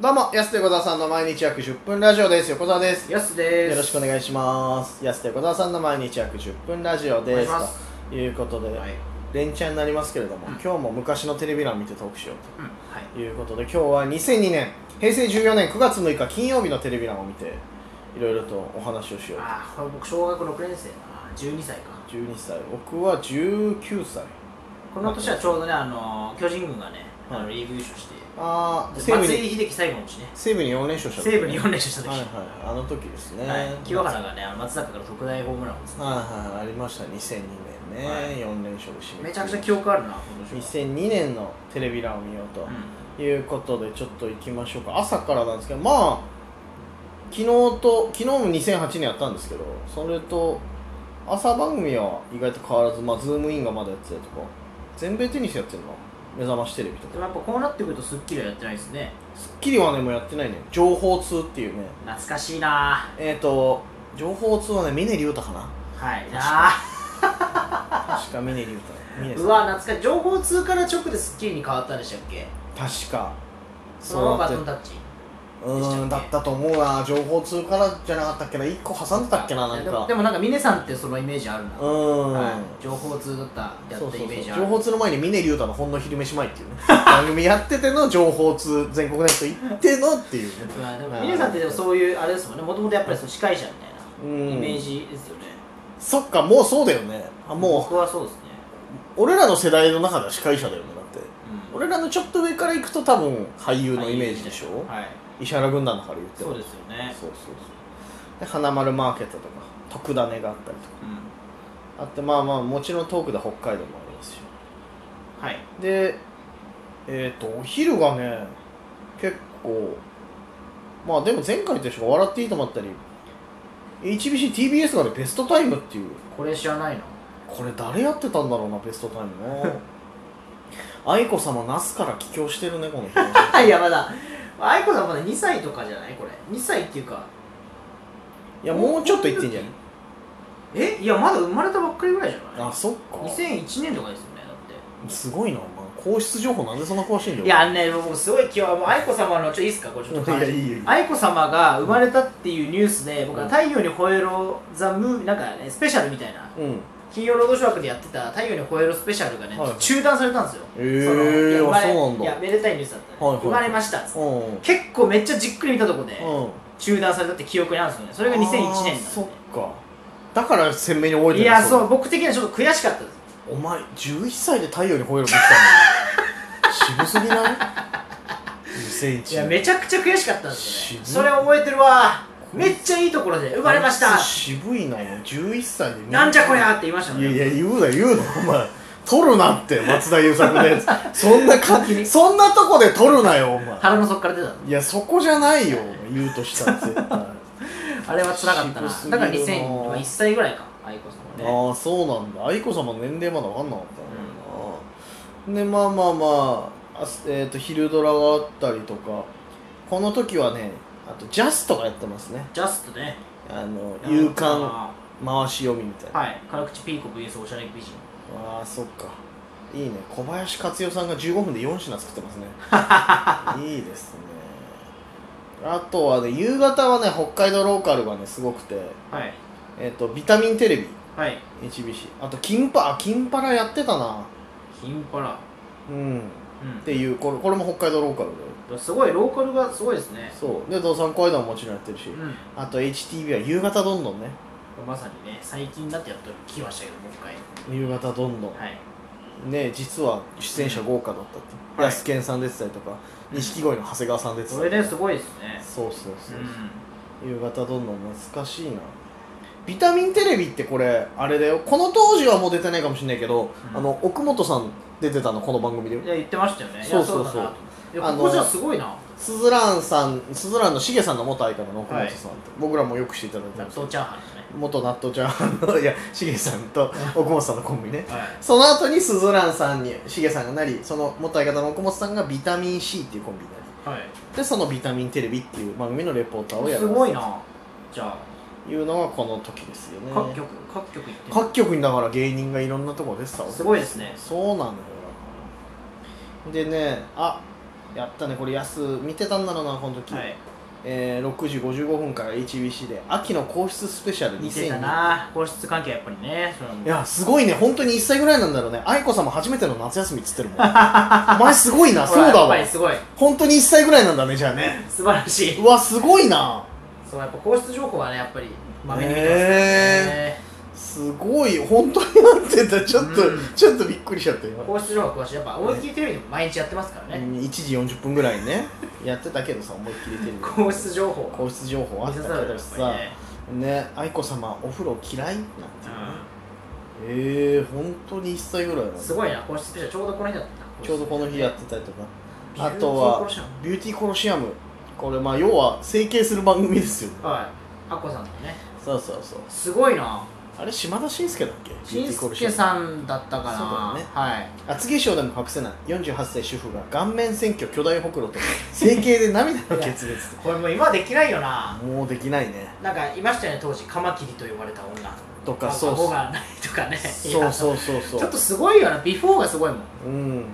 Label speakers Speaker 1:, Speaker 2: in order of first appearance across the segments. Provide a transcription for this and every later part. Speaker 1: どうも、安手小沢さんの毎日約10分ラジオです。横澤です。
Speaker 2: やすです
Speaker 1: よろしくお願いします。安手小沢さんの毎日約10分ラジオ
Speaker 2: お
Speaker 1: で
Speaker 2: 願いし
Speaker 1: す。
Speaker 2: ます
Speaker 1: ということで、
Speaker 2: はい、
Speaker 1: 連チャンになりますけれども、
Speaker 2: うん
Speaker 1: 今日も昔のテレビ欄見てトークしよう
Speaker 2: うん、はい
Speaker 1: ということで、今日は2002年、平成14年9月6日金曜日のテレビ欄を見て、いろいろとお話をしようと。
Speaker 2: ああこれ僕小学6年生だな12歳か
Speaker 1: 12歳、僕は19歳。
Speaker 2: この年はちょうどねあの巨人軍がねあの
Speaker 1: はい
Speaker 2: リーグ優勝して
Speaker 1: あー、
Speaker 2: で
Speaker 1: 西武
Speaker 2: 松
Speaker 1: に、
Speaker 2: 井秀喜最後のうちね
Speaker 1: 西武に4連勝した時
Speaker 2: 西武に4連勝した時、
Speaker 1: は
Speaker 2: はいい
Speaker 1: はい、あの時ですね。
Speaker 2: 清原がねあの松坂から特大ホームランを打つ
Speaker 1: はいはいありました2002年ね、
Speaker 2: はい
Speaker 1: 4連勝で締め
Speaker 2: めちゃくちゃ記憶あるなこの年は
Speaker 1: 2002年のテレビ欄を見ようと
Speaker 2: う、
Speaker 1: いうことでちょっと行きましょうか朝からなんですけどまあ昨日と昨日も2008年やったんですけどそれと朝番組は意外と変わらずまあズームインがまだやってたりとか全米テニスやってるの目覚ましテレビと
Speaker 2: ん、
Speaker 1: か
Speaker 2: でもやっぱこうなってくると『スッキリ』はやってないですね
Speaker 1: 『スッキリ』はねもうやってないね情報通っていうね
Speaker 2: 懐かしいな
Speaker 1: えっ、ー、と情報通はね峰竜太かな
Speaker 2: はいあ
Speaker 1: 確か峰竜太峰
Speaker 2: ー
Speaker 1: さん
Speaker 2: うわ懐かしい情報通から直で『スッキリ』に変わったんでしたっけ
Speaker 1: 確か
Speaker 2: そのまま
Speaker 1: だ
Speaker 2: バト
Speaker 1: っ
Speaker 2: ン
Speaker 1: て
Speaker 2: タッチ
Speaker 1: うーんだったと思うな情報通からじゃなかったっけな1個挟んでたっけななん
Speaker 2: でも
Speaker 1: か
Speaker 2: でもなんか峰さんってそのイメージあるな
Speaker 1: うーん、
Speaker 2: はい、情報通だったや
Speaker 1: そう
Speaker 2: っ
Speaker 1: そ
Speaker 2: た
Speaker 1: うそ
Speaker 2: イ
Speaker 1: う
Speaker 2: メージある
Speaker 1: 情報通の前に峰竜太のほんの昼飯前っていうね番組やってての情報通全国ネット行ってのっていうね
Speaker 2: まあでも皆さんってでもそういうあれですもんねもともとやっぱりその司会者みた
Speaker 1: う
Speaker 2: いなイメ
Speaker 1: ん
Speaker 2: ージですよね、
Speaker 1: そっかもうそうだよねあもう
Speaker 2: 僕はそうですね、
Speaker 1: 俺らの世代の中では司会者だよねだって
Speaker 2: うん、
Speaker 1: 俺らのちょっと上から行くと多分俳優のイメージでしょ、
Speaker 2: はい
Speaker 1: 石原軍団のから言っても
Speaker 2: そうですよね
Speaker 1: そうそうそうで花丸マーケットとか徳田ねがあったりとか
Speaker 2: うん
Speaker 1: あってまあまあもちろんトークで北海道もありますし
Speaker 2: はい
Speaker 1: でえっ、とお昼がね結構まあでも前回と一緒か笑っていいと思ったり HBCTBS がねベストタイムっていう
Speaker 2: これ知らないの
Speaker 1: これ誰やってたんだろうなベストタイム な愛子様那須から帰郷してるねこの人
Speaker 2: はいやまだ愛子さんまだ2歳とかじゃないこれ2歳っていうか
Speaker 1: いやもうちょっと行ってんじゃない
Speaker 2: えいやまだ生まれたばっかりぐらいじゃない
Speaker 1: あそっか
Speaker 2: 2001年とかですよねだっ
Speaker 1: すごいなお前皇室情報なんでそんな詳しいんだ
Speaker 2: て
Speaker 1: よ
Speaker 2: いやあのね僕すごい今日はもう愛子様のちょっといいですかこれちょっ と
Speaker 1: いやいいよいいよ
Speaker 2: 愛子様が生まれたっていうニュースで僕は「
Speaker 1: うん
Speaker 2: 太陽にほえろ」ザ・ムービーなんかねスペシャルみたいな
Speaker 1: うん
Speaker 2: 金曜ロードショー枠でやってた「太陽にほえろ」スペシャルがね、
Speaker 1: はい
Speaker 2: 中断されたんですよ
Speaker 1: え
Speaker 2: そのいや
Speaker 1: ー、
Speaker 2: 生
Speaker 1: あ
Speaker 2: まれ
Speaker 1: そうなん
Speaker 2: いや
Speaker 1: だ
Speaker 2: めでたいニュースだったね、
Speaker 1: はいはい
Speaker 2: 生まれましたっつって
Speaker 1: うんうん
Speaker 2: 結構めっちゃじっくり見たとこで、中断されたって記憶にあるんですよねそれが2001年なんで
Speaker 1: あーそっかだから鮮明に覚えてる
Speaker 2: いやそう
Speaker 1: れ
Speaker 2: 僕的にはちょっと悔しかったです
Speaker 1: お前11歳で太陽に吠えるできたのに渋すぎない2001年
Speaker 2: いやめちゃくちゃ悔しかったんですよ
Speaker 1: 渋
Speaker 2: ね
Speaker 1: い
Speaker 2: それ覚えてるわ
Speaker 1: こいつ
Speaker 2: めっちゃいいところで生まれました
Speaker 1: あいつ渋いなお前11歳で
Speaker 2: なんじゃこりゃって言いましたもん
Speaker 1: い
Speaker 2: ね
Speaker 1: やいや言うな言うなお前取るなって松田優作のやつそんなかそんなとこで取るなよお前
Speaker 2: 腹の底から出たの
Speaker 1: いやそこじゃないよ言うとしたら絶対あ
Speaker 2: あれは辛かった
Speaker 1: 渋すぎ
Speaker 2: な。
Speaker 1: る
Speaker 2: だ
Speaker 1: な
Speaker 2: から2000、まあ、1歳ぐらいか、愛子さんはね。
Speaker 1: あそうなんだ愛子様の年齢まだ分かんなかったんだよな、でまあまあまああすえー、と昼ドラがあったりとかこの時はねあとジャストがやってますね
Speaker 2: ジャストね。
Speaker 1: あの勇敢回し読みみたいな、
Speaker 2: はい。辛口ピーコ VS おしゃれ美人。
Speaker 1: ああそっかいいね小林克代さんが15分で4品作ってますねいいですねあとはね夕方はね北海道ローカルがねすごくて
Speaker 2: はい。
Speaker 1: えっ、とビタミンテレビ
Speaker 2: はい。
Speaker 1: HBC あとキンパあキンパラやってたな
Speaker 2: キンパラ。
Speaker 1: うん
Speaker 2: うん
Speaker 1: っていうこれこれも北海道ローカル
Speaker 2: すごい、ローカルがすごいですね
Speaker 1: で。そうで道産公会談ももちろんやってるし、
Speaker 2: うん。
Speaker 1: あと HTV は夕方どんどんね
Speaker 2: まさにね、最近だってやっと来ましたけど、もう一回。
Speaker 1: 夕方どんどん、
Speaker 2: はい。
Speaker 1: ね実は出演者豪華だったって、
Speaker 2: はい
Speaker 1: 安健さん出てたりとか錦鯉の長谷川さん出てたり
Speaker 2: そ
Speaker 1: とか
Speaker 2: れね、すごいですね。
Speaker 1: そうそうそうう、
Speaker 2: ん。
Speaker 1: 夕方どんどん懐かしいなビタミンテレビってこれあれだよこの当時はもう出てないかもしれないけど、
Speaker 2: うん
Speaker 1: あの奥本さん出てたのこの番組で
Speaker 2: いや、言ってましたよね。いや
Speaker 1: そうそうそう
Speaker 2: だなといや、
Speaker 1: あの
Speaker 2: ここじゃすごいな。
Speaker 1: すずらんさんすずらんのしげさんの元相方の奥本さんって、僕らもよくしていただいて
Speaker 2: 納
Speaker 1: ます
Speaker 2: 豆チャーハンですね。
Speaker 1: 元納豆ちゃんのいやしげさんと奥本さんのコンビね
Speaker 2: はい。
Speaker 1: その後にすずらんさんにしげさんがなりその元相方の奥本さんがビタミン C っていうコンビになり
Speaker 2: はい。
Speaker 1: でそのビタミンテレビっていう番組のレポーターをや
Speaker 2: す
Speaker 1: る
Speaker 2: ごいな。じゃあ、
Speaker 1: いうのがこの時ですよね
Speaker 2: 各局、各局行ってる
Speaker 1: 各局にだから芸人がいろんなところ出てたわけ
Speaker 2: すごいですね。
Speaker 1: そうなのよでねあやったねこれ安見てたんだろうなこの時、
Speaker 2: はい
Speaker 1: えー6時55分から HBC で秋の皇室スペシャル
Speaker 2: 似てた
Speaker 1: 2002
Speaker 2: な皇室関係はやっぱりねその
Speaker 1: いやすごいね本当に1歳ぐらいなんだろうね愛子さんも初めての夏休みっつってるもん お前すごいな
Speaker 2: ほ
Speaker 1: そう
Speaker 2: ら
Speaker 1: だ
Speaker 2: やっ
Speaker 1: わ
Speaker 2: ぱりすごい
Speaker 1: 本当に1歳ぐらいなんだねじゃあね
Speaker 2: 素晴らしいう
Speaker 1: わすごいな
Speaker 2: そうやっぱ皇室情報はねやっぱりまめに見てますから
Speaker 1: へ
Speaker 2: ね
Speaker 1: すごい本当になってたちょっと、
Speaker 2: うん
Speaker 1: ちょっとびっくりしちゃった今
Speaker 2: 皇室情報は詳しいやっぱ思いっきりテレビでも毎日やってますからね
Speaker 1: 1時40分ぐらいにねやってたけどさ思いっきりテレビ
Speaker 2: 皇室情報
Speaker 1: 皇室情報あっ
Speaker 2: 見
Speaker 1: たけ
Speaker 2: せざるを
Speaker 1: ど
Speaker 2: 得
Speaker 1: さ
Speaker 2: ないやっ
Speaker 1: ね愛子さまお風呂嫌いなんて
Speaker 2: ぱ
Speaker 1: ええー、本当に1歳ぐらいな
Speaker 2: りね
Speaker 1: の
Speaker 2: すごいな皇室スペシャルちょうどこの日だった
Speaker 1: ちょうどこの日やってたりとか
Speaker 2: ビュ
Speaker 1: あ
Speaker 2: ーティー
Speaker 1: とは
Speaker 2: コロシアム
Speaker 1: ビューティーコロシアムこれまあ要は整形する番組ですよ
Speaker 2: はいアッコさんのね
Speaker 1: そうそうそう
Speaker 2: すごいな
Speaker 1: あれ島田紳介だっけビュー
Speaker 2: 紳
Speaker 1: ティーコロシ
Speaker 2: 助
Speaker 1: アム
Speaker 2: さんだったかな
Speaker 1: そうだよね
Speaker 2: はい
Speaker 1: 厚化粧でも隠せない48歳主婦が顔面選挙巨大ほくろと整形で涙の決裂
Speaker 2: これもう今できないよな
Speaker 1: もうできないね
Speaker 2: なんかいましたよね当時カマキリと呼ばれた女
Speaker 1: とか
Speaker 2: なん
Speaker 1: そう
Speaker 2: 顎がないとかねい
Speaker 1: そう
Speaker 2: や
Speaker 1: そうそうそう
Speaker 2: ちょっとすごいよなビフォーがすごいもん
Speaker 1: うん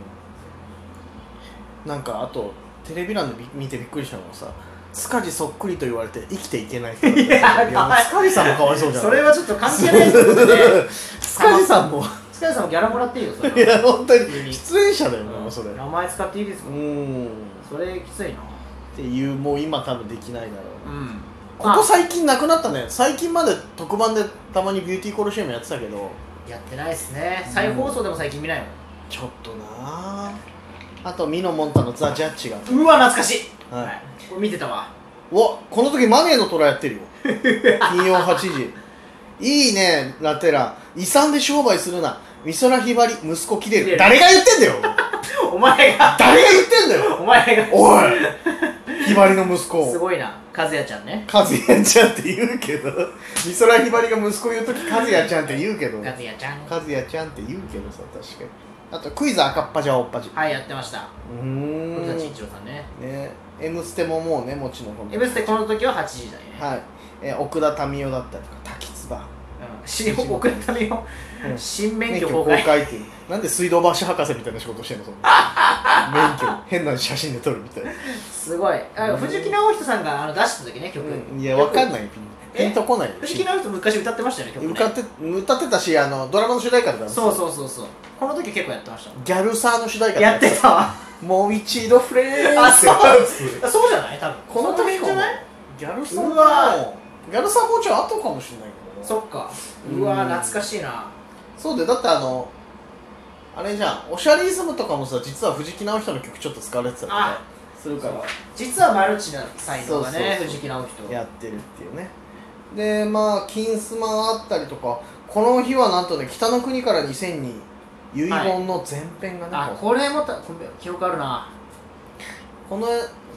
Speaker 1: なんかあとテレビ欄でび見てびっくりしたのがさ塚地そっくりと言われて生きていけない人だったいやもう塚地さんもかわいそうじゃん
Speaker 2: それはちょっと関係ないですよね
Speaker 1: 塚地さんも
Speaker 2: 塚地さんもギャラもらっていいよそれはい
Speaker 1: や本当
Speaker 2: 急
Speaker 1: に
Speaker 2: に
Speaker 1: 出演者だよ
Speaker 2: うん
Speaker 1: もうそれう
Speaker 2: 名前使っていいですか
Speaker 1: んっ
Speaker 2: それきついな
Speaker 1: ていうもう今多分できないだろう
Speaker 2: うん
Speaker 1: ここ最近なくなったね最近まで特番でたまにビューティーコロシアムやってたけど
Speaker 2: やってないですね再放送でも最近見ないもん
Speaker 1: ちょっとなああとミノモンタのザ・ジャッジが
Speaker 2: うわ懐かしい、
Speaker 1: はい
Speaker 2: はい、これ見てたわ
Speaker 1: うわこの時マネーの虎や ってるよ金曜8時いいねラテラ遺産で商売するな美空ひばり息子キレ
Speaker 2: キレ
Speaker 1: る
Speaker 2: ル
Speaker 1: 誰が言ってんだよ
Speaker 2: お前が
Speaker 1: 誰が言ってんだよ
Speaker 2: お前が
Speaker 1: お いひばりの息
Speaker 2: す
Speaker 1: 子
Speaker 2: ごいな和也ちゃんね
Speaker 1: 和也ちゃんって言うけど美空ひばりが息子言う時和也ちゃんって言うけど
Speaker 2: 和
Speaker 1: 和
Speaker 2: 也ちゃん
Speaker 1: 也ちゃんって言うけどさ確かにあとクイズ赤っ端はおっぱじ
Speaker 2: はいやってました
Speaker 1: うー
Speaker 2: 古
Speaker 1: ん
Speaker 2: 舘一郎さんね
Speaker 1: ね「M ステ」ももうねもちろんこの
Speaker 2: 「M ステ」この時は8時だよね、
Speaker 1: はい、えー奥田民生だったりとか滝つば
Speaker 2: うん、新送るためよ
Speaker 1: うん
Speaker 2: 新免
Speaker 1: 免
Speaker 2: 許
Speaker 1: 許
Speaker 2: 公
Speaker 1: 公
Speaker 2: 開
Speaker 1: 開っていうなんで水道橋博士みたいな仕事してんのそんな 免許変な写真で撮るみたいな、
Speaker 2: すごいあ
Speaker 1: うん
Speaker 2: 藤木直人さんがあの出してた時ね曲、
Speaker 1: いやわかん
Speaker 2: い
Speaker 1: ないピン
Speaker 2: え
Speaker 1: ピンとこないよ
Speaker 2: 藤木直人昔歌ってましたよね曲ね
Speaker 1: 歌って歌ってたしあのドラマの主題歌だったんですよ
Speaker 2: そうそうそうそうこの時結構やってました
Speaker 1: ギャルサーの主題歌
Speaker 2: やってたわ
Speaker 1: もう一度フレーズ
Speaker 2: あそう
Speaker 1: って やつ
Speaker 2: そうじゃない多分
Speaker 1: この時
Speaker 2: 時じゃない
Speaker 1: ギャルサ
Speaker 2: うわ
Speaker 1: ーもギャルサーもうちょい後かもしれないけどな
Speaker 2: そっか
Speaker 1: うん
Speaker 2: うわ懐かしいな
Speaker 1: そうだよだってあのあれじゃんオシャリイズムとかもさ実は藤木直人の曲ちょっと使われてたりとか
Speaker 2: あ
Speaker 1: するから
Speaker 2: 実はマルチな才能
Speaker 1: そ
Speaker 2: が
Speaker 1: うそう
Speaker 2: ね
Speaker 1: そう
Speaker 2: 藤木直人
Speaker 1: やってるっていうねでまあ「金スマ」あったりとかこの日はなんとね「北の国から2000に遺言の前編がね、
Speaker 2: あ
Speaker 1: こ
Speaker 2: これもたこれ記憶あるな
Speaker 1: この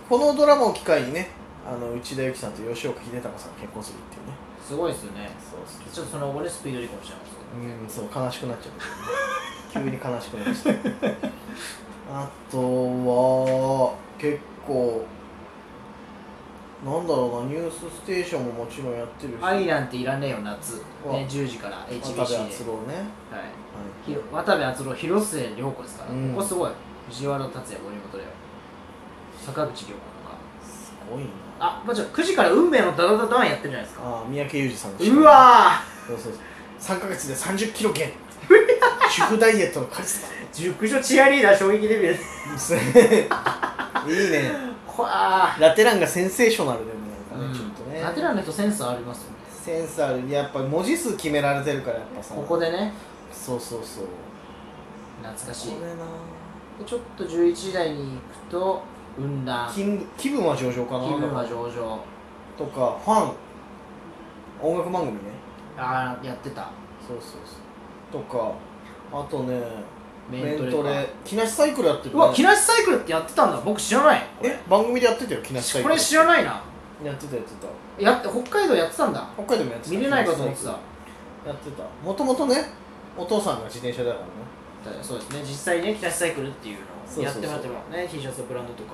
Speaker 1: このドラマを機会にねあの内田有紀さんと吉岡秀隆さんが結婚するっていうね
Speaker 2: すごいですよね
Speaker 1: そうそう
Speaker 2: ちょっとその俺スピード離婚しちゃいますけ
Speaker 1: う
Speaker 2: ど
Speaker 1: んそう悲しくなっちゃった、急に悲しくなっちゃったあとは結構なんだろうな「ニュースステーション」ももちろんやってるし
Speaker 2: 愛なんていらねえよ夏、ね、
Speaker 1: わ
Speaker 2: 10時から
Speaker 1: 渡
Speaker 2: HBC で、
Speaker 1: 部
Speaker 2: はい
Speaker 1: 篤郎ね、
Speaker 2: ひろ、渡部篤郎広末涼子ですから、
Speaker 1: うん
Speaker 2: ここすごい藤原竜也森本だよ坂口涼子とか
Speaker 1: すごいな
Speaker 2: あもちろん9時から運命のダダダダンやってるじゃないですか
Speaker 1: ああ三宅裕二さんでした
Speaker 2: うわ
Speaker 1: そうそうそう3か月で3 0キロ減主婦ダイエットのカリス
Speaker 2: ー熟女チアリーダー衝撃デビューです
Speaker 1: マですねいいね
Speaker 2: ほわ
Speaker 1: ラテランがセンセーショナルでね
Speaker 2: ー、
Speaker 1: なんかねちょっとね、
Speaker 2: ラテランの人センスありますよね
Speaker 1: センサーやっぱ文字数決められてるからやっぱさ
Speaker 2: ここでね
Speaker 1: そうそうそう
Speaker 2: 懐かしい
Speaker 1: これな
Speaker 2: でちょっと11時台に行くと雲乱気
Speaker 1: 気分気分は上々かな
Speaker 2: 分は上々
Speaker 1: とかファン音楽番組ね
Speaker 2: ああやってた
Speaker 1: そうそうそうとかあとねメ
Speaker 2: メ
Speaker 1: ン
Speaker 2: ントレ
Speaker 1: トレ木梨サイクルやってる、ね、
Speaker 2: うわ、木梨サイクルってやってたんだ。僕知らない。
Speaker 1: え番組でやってたよ木梨サイ
Speaker 2: こ
Speaker 1: クル
Speaker 2: れ知らないな。
Speaker 1: やってたやってた
Speaker 2: やって北海道やってたんだ。
Speaker 1: 北海道もやってた
Speaker 2: 見れないかと思ってた。
Speaker 1: やってたもともとねお父さんが自転車だからね
Speaker 2: そうですね。実際ね、木梨サイクルっていうの
Speaker 1: そ
Speaker 2: を
Speaker 1: うそ
Speaker 2: や
Speaker 1: う
Speaker 2: っ
Speaker 1: そう
Speaker 2: てもらってもね、T シャツのブランドと
Speaker 1: ね
Speaker 2: か。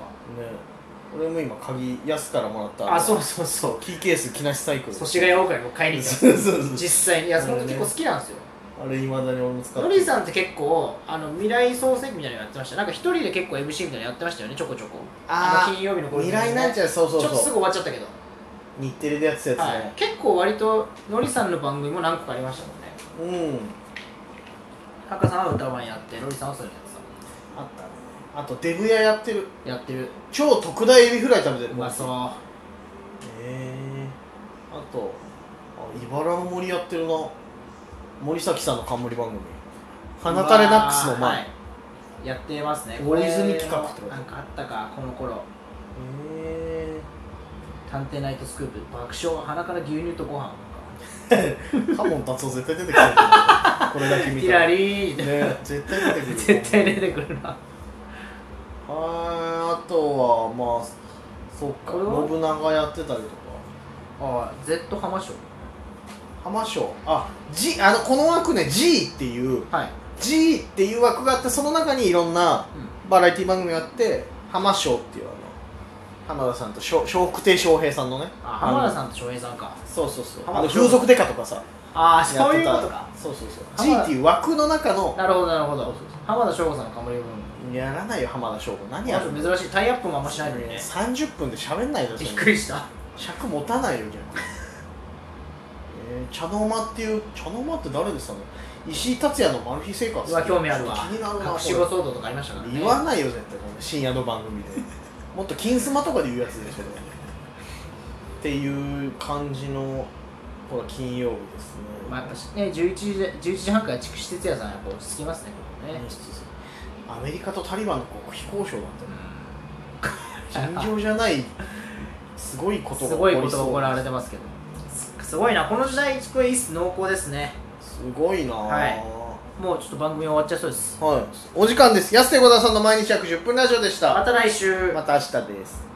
Speaker 1: 俺も今鍵安からもらった
Speaker 2: あ、そうそうそう。
Speaker 1: キーケース木梨サイクル
Speaker 2: 祖師ヶ谷オーガイも買いに行った。
Speaker 1: そうそうそう
Speaker 2: 実際に、いや、その
Speaker 1: これ
Speaker 2: 時
Speaker 1: ね
Speaker 2: 結構好きなんですよ。
Speaker 1: あれいまだに俺も使って
Speaker 2: ノリさんって結構あの未来創世記みたいなのやってましたなんか一人で結構 MC みたいなのやってましたよねちょこちょこ
Speaker 1: あー
Speaker 2: の金曜日の頃
Speaker 1: 未来なんちゃらそう
Speaker 2: ちょ
Speaker 1: そう
Speaker 2: っとすぐ
Speaker 1: そう
Speaker 2: 終わっちゃったけど、
Speaker 1: 日テレでやってたやつね、
Speaker 2: はい、結構割とノリさんの番組も何個かありましたもんね
Speaker 1: うん
Speaker 2: カカさんは歌番やってノリさんはそれやって
Speaker 1: あったねあとデブ屋やってる
Speaker 2: たやってる
Speaker 1: 超特大エビフライ食べてる
Speaker 2: うまそう
Speaker 1: へえあとあ茨の森やってるな森崎さんの冠番組「花垂れナックス」の
Speaker 2: うわーは
Speaker 1: 前へ
Speaker 2: いやってますね
Speaker 1: 大泉企画ってこと
Speaker 2: なんかあったかこの頃
Speaker 1: え
Speaker 2: 探偵ナイトスクープ爆笑鼻から牛乳とご飯
Speaker 1: カモン達夫絶対出てくると思うこれだけ見
Speaker 2: キ
Speaker 1: た
Speaker 2: ラ
Speaker 1: らね
Speaker 2: リー
Speaker 1: 絶対出てくる
Speaker 2: 絶対出てくるな
Speaker 1: はいあとはまあそっか
Speaker 2: これは
Speaker 1: 信長やってたりとか
Speaker 2: ああ Z 浜賞
Speaker 1: 浜章あ G あのこの枠ね G っていう
Speaker 2: はい、
Speaker 1: G っていう枠があってその中にいろんなバラエティ番組があって浜翔っていうあの浜田さんとしょ笑福亭笑瓶さんのね
Speaker 2: あ浜田さんと翔平さんか
Speaker 1: そうそうそう
Speaker 2: 浜
Speaker 1: あ
Speaker 2: 田
Speaker 1: の風俗デカとかさ
Speaker 2: ああ
Speaker 1: やっ
Speaker 2: そう
Speaker 1: て
Speaker 2: いう
Speaker 1: た
Speaker 2: ことか
Speaker 1: そうそうそう
Speaker 2: 浜
Speaker 1: G
Speaker 2: 田
Speaker 1: っていう枠の中の
Speaker 2: なるほどなるほど浜田省吾さんの冠
Speaker 1: やらないよ浜田翔吾何
Speaker 2: 分
Speaker 1: やる
Speaker 2: 珍しいタイアップもあんましないのにね
Speaker 1: 30分で喋んないだろそ
Speaker 2: び
Speaker 1: ん
Speaker 2: っ
Speaker 1: な
Speaker 2: くりした
Speaker 1: 尺持たないよ逆にえー、茶の間っていう茶の間って誰ですかね石井達也のマル秘生活
Speaker 2: うわ興味あるわ
Speaker 1: 気になるな
Speaker 2: 隠し子
Speaker 1: こ
Speaker 2: 騒動とかありましたから
Speaker 1: れ
Speaker 2: ね
Speaker 1: 言わないよ絶対この深夜の番組でもっと「金スマ」とかで言うやつでしょこれっていう感じのほら金曜日ですね
Speaker 2: まあやっぱしね11時で11時半から筑紫哲也さんやっぱ落ち着きますねこれね
Speaker 1: ねアメリカとタリバンの国費交渉なん て尋常じゃないすごいことが
Speaker 2: す
Speaker 1: 起
Speaker 2: ご
Speaker 1: こ
Speaker 2: いこ
Speaker 1: り
Speaker 2: と
Speaker 1: そ
Speaker 2: が
Speaker 1: う
Speaker 2: 行われてますけどすすごいなこの時代これいいっす濃厚ですね
Speaker 1: すごいなあ
Speaker 2: はいもうちょっと番組終わっちゃいそうです
Speaker 1: はい、お時間です。安手小沢さんの毎日約10分ラジオでした。
Speaker 2: また来週
Speaker 1: また明日です。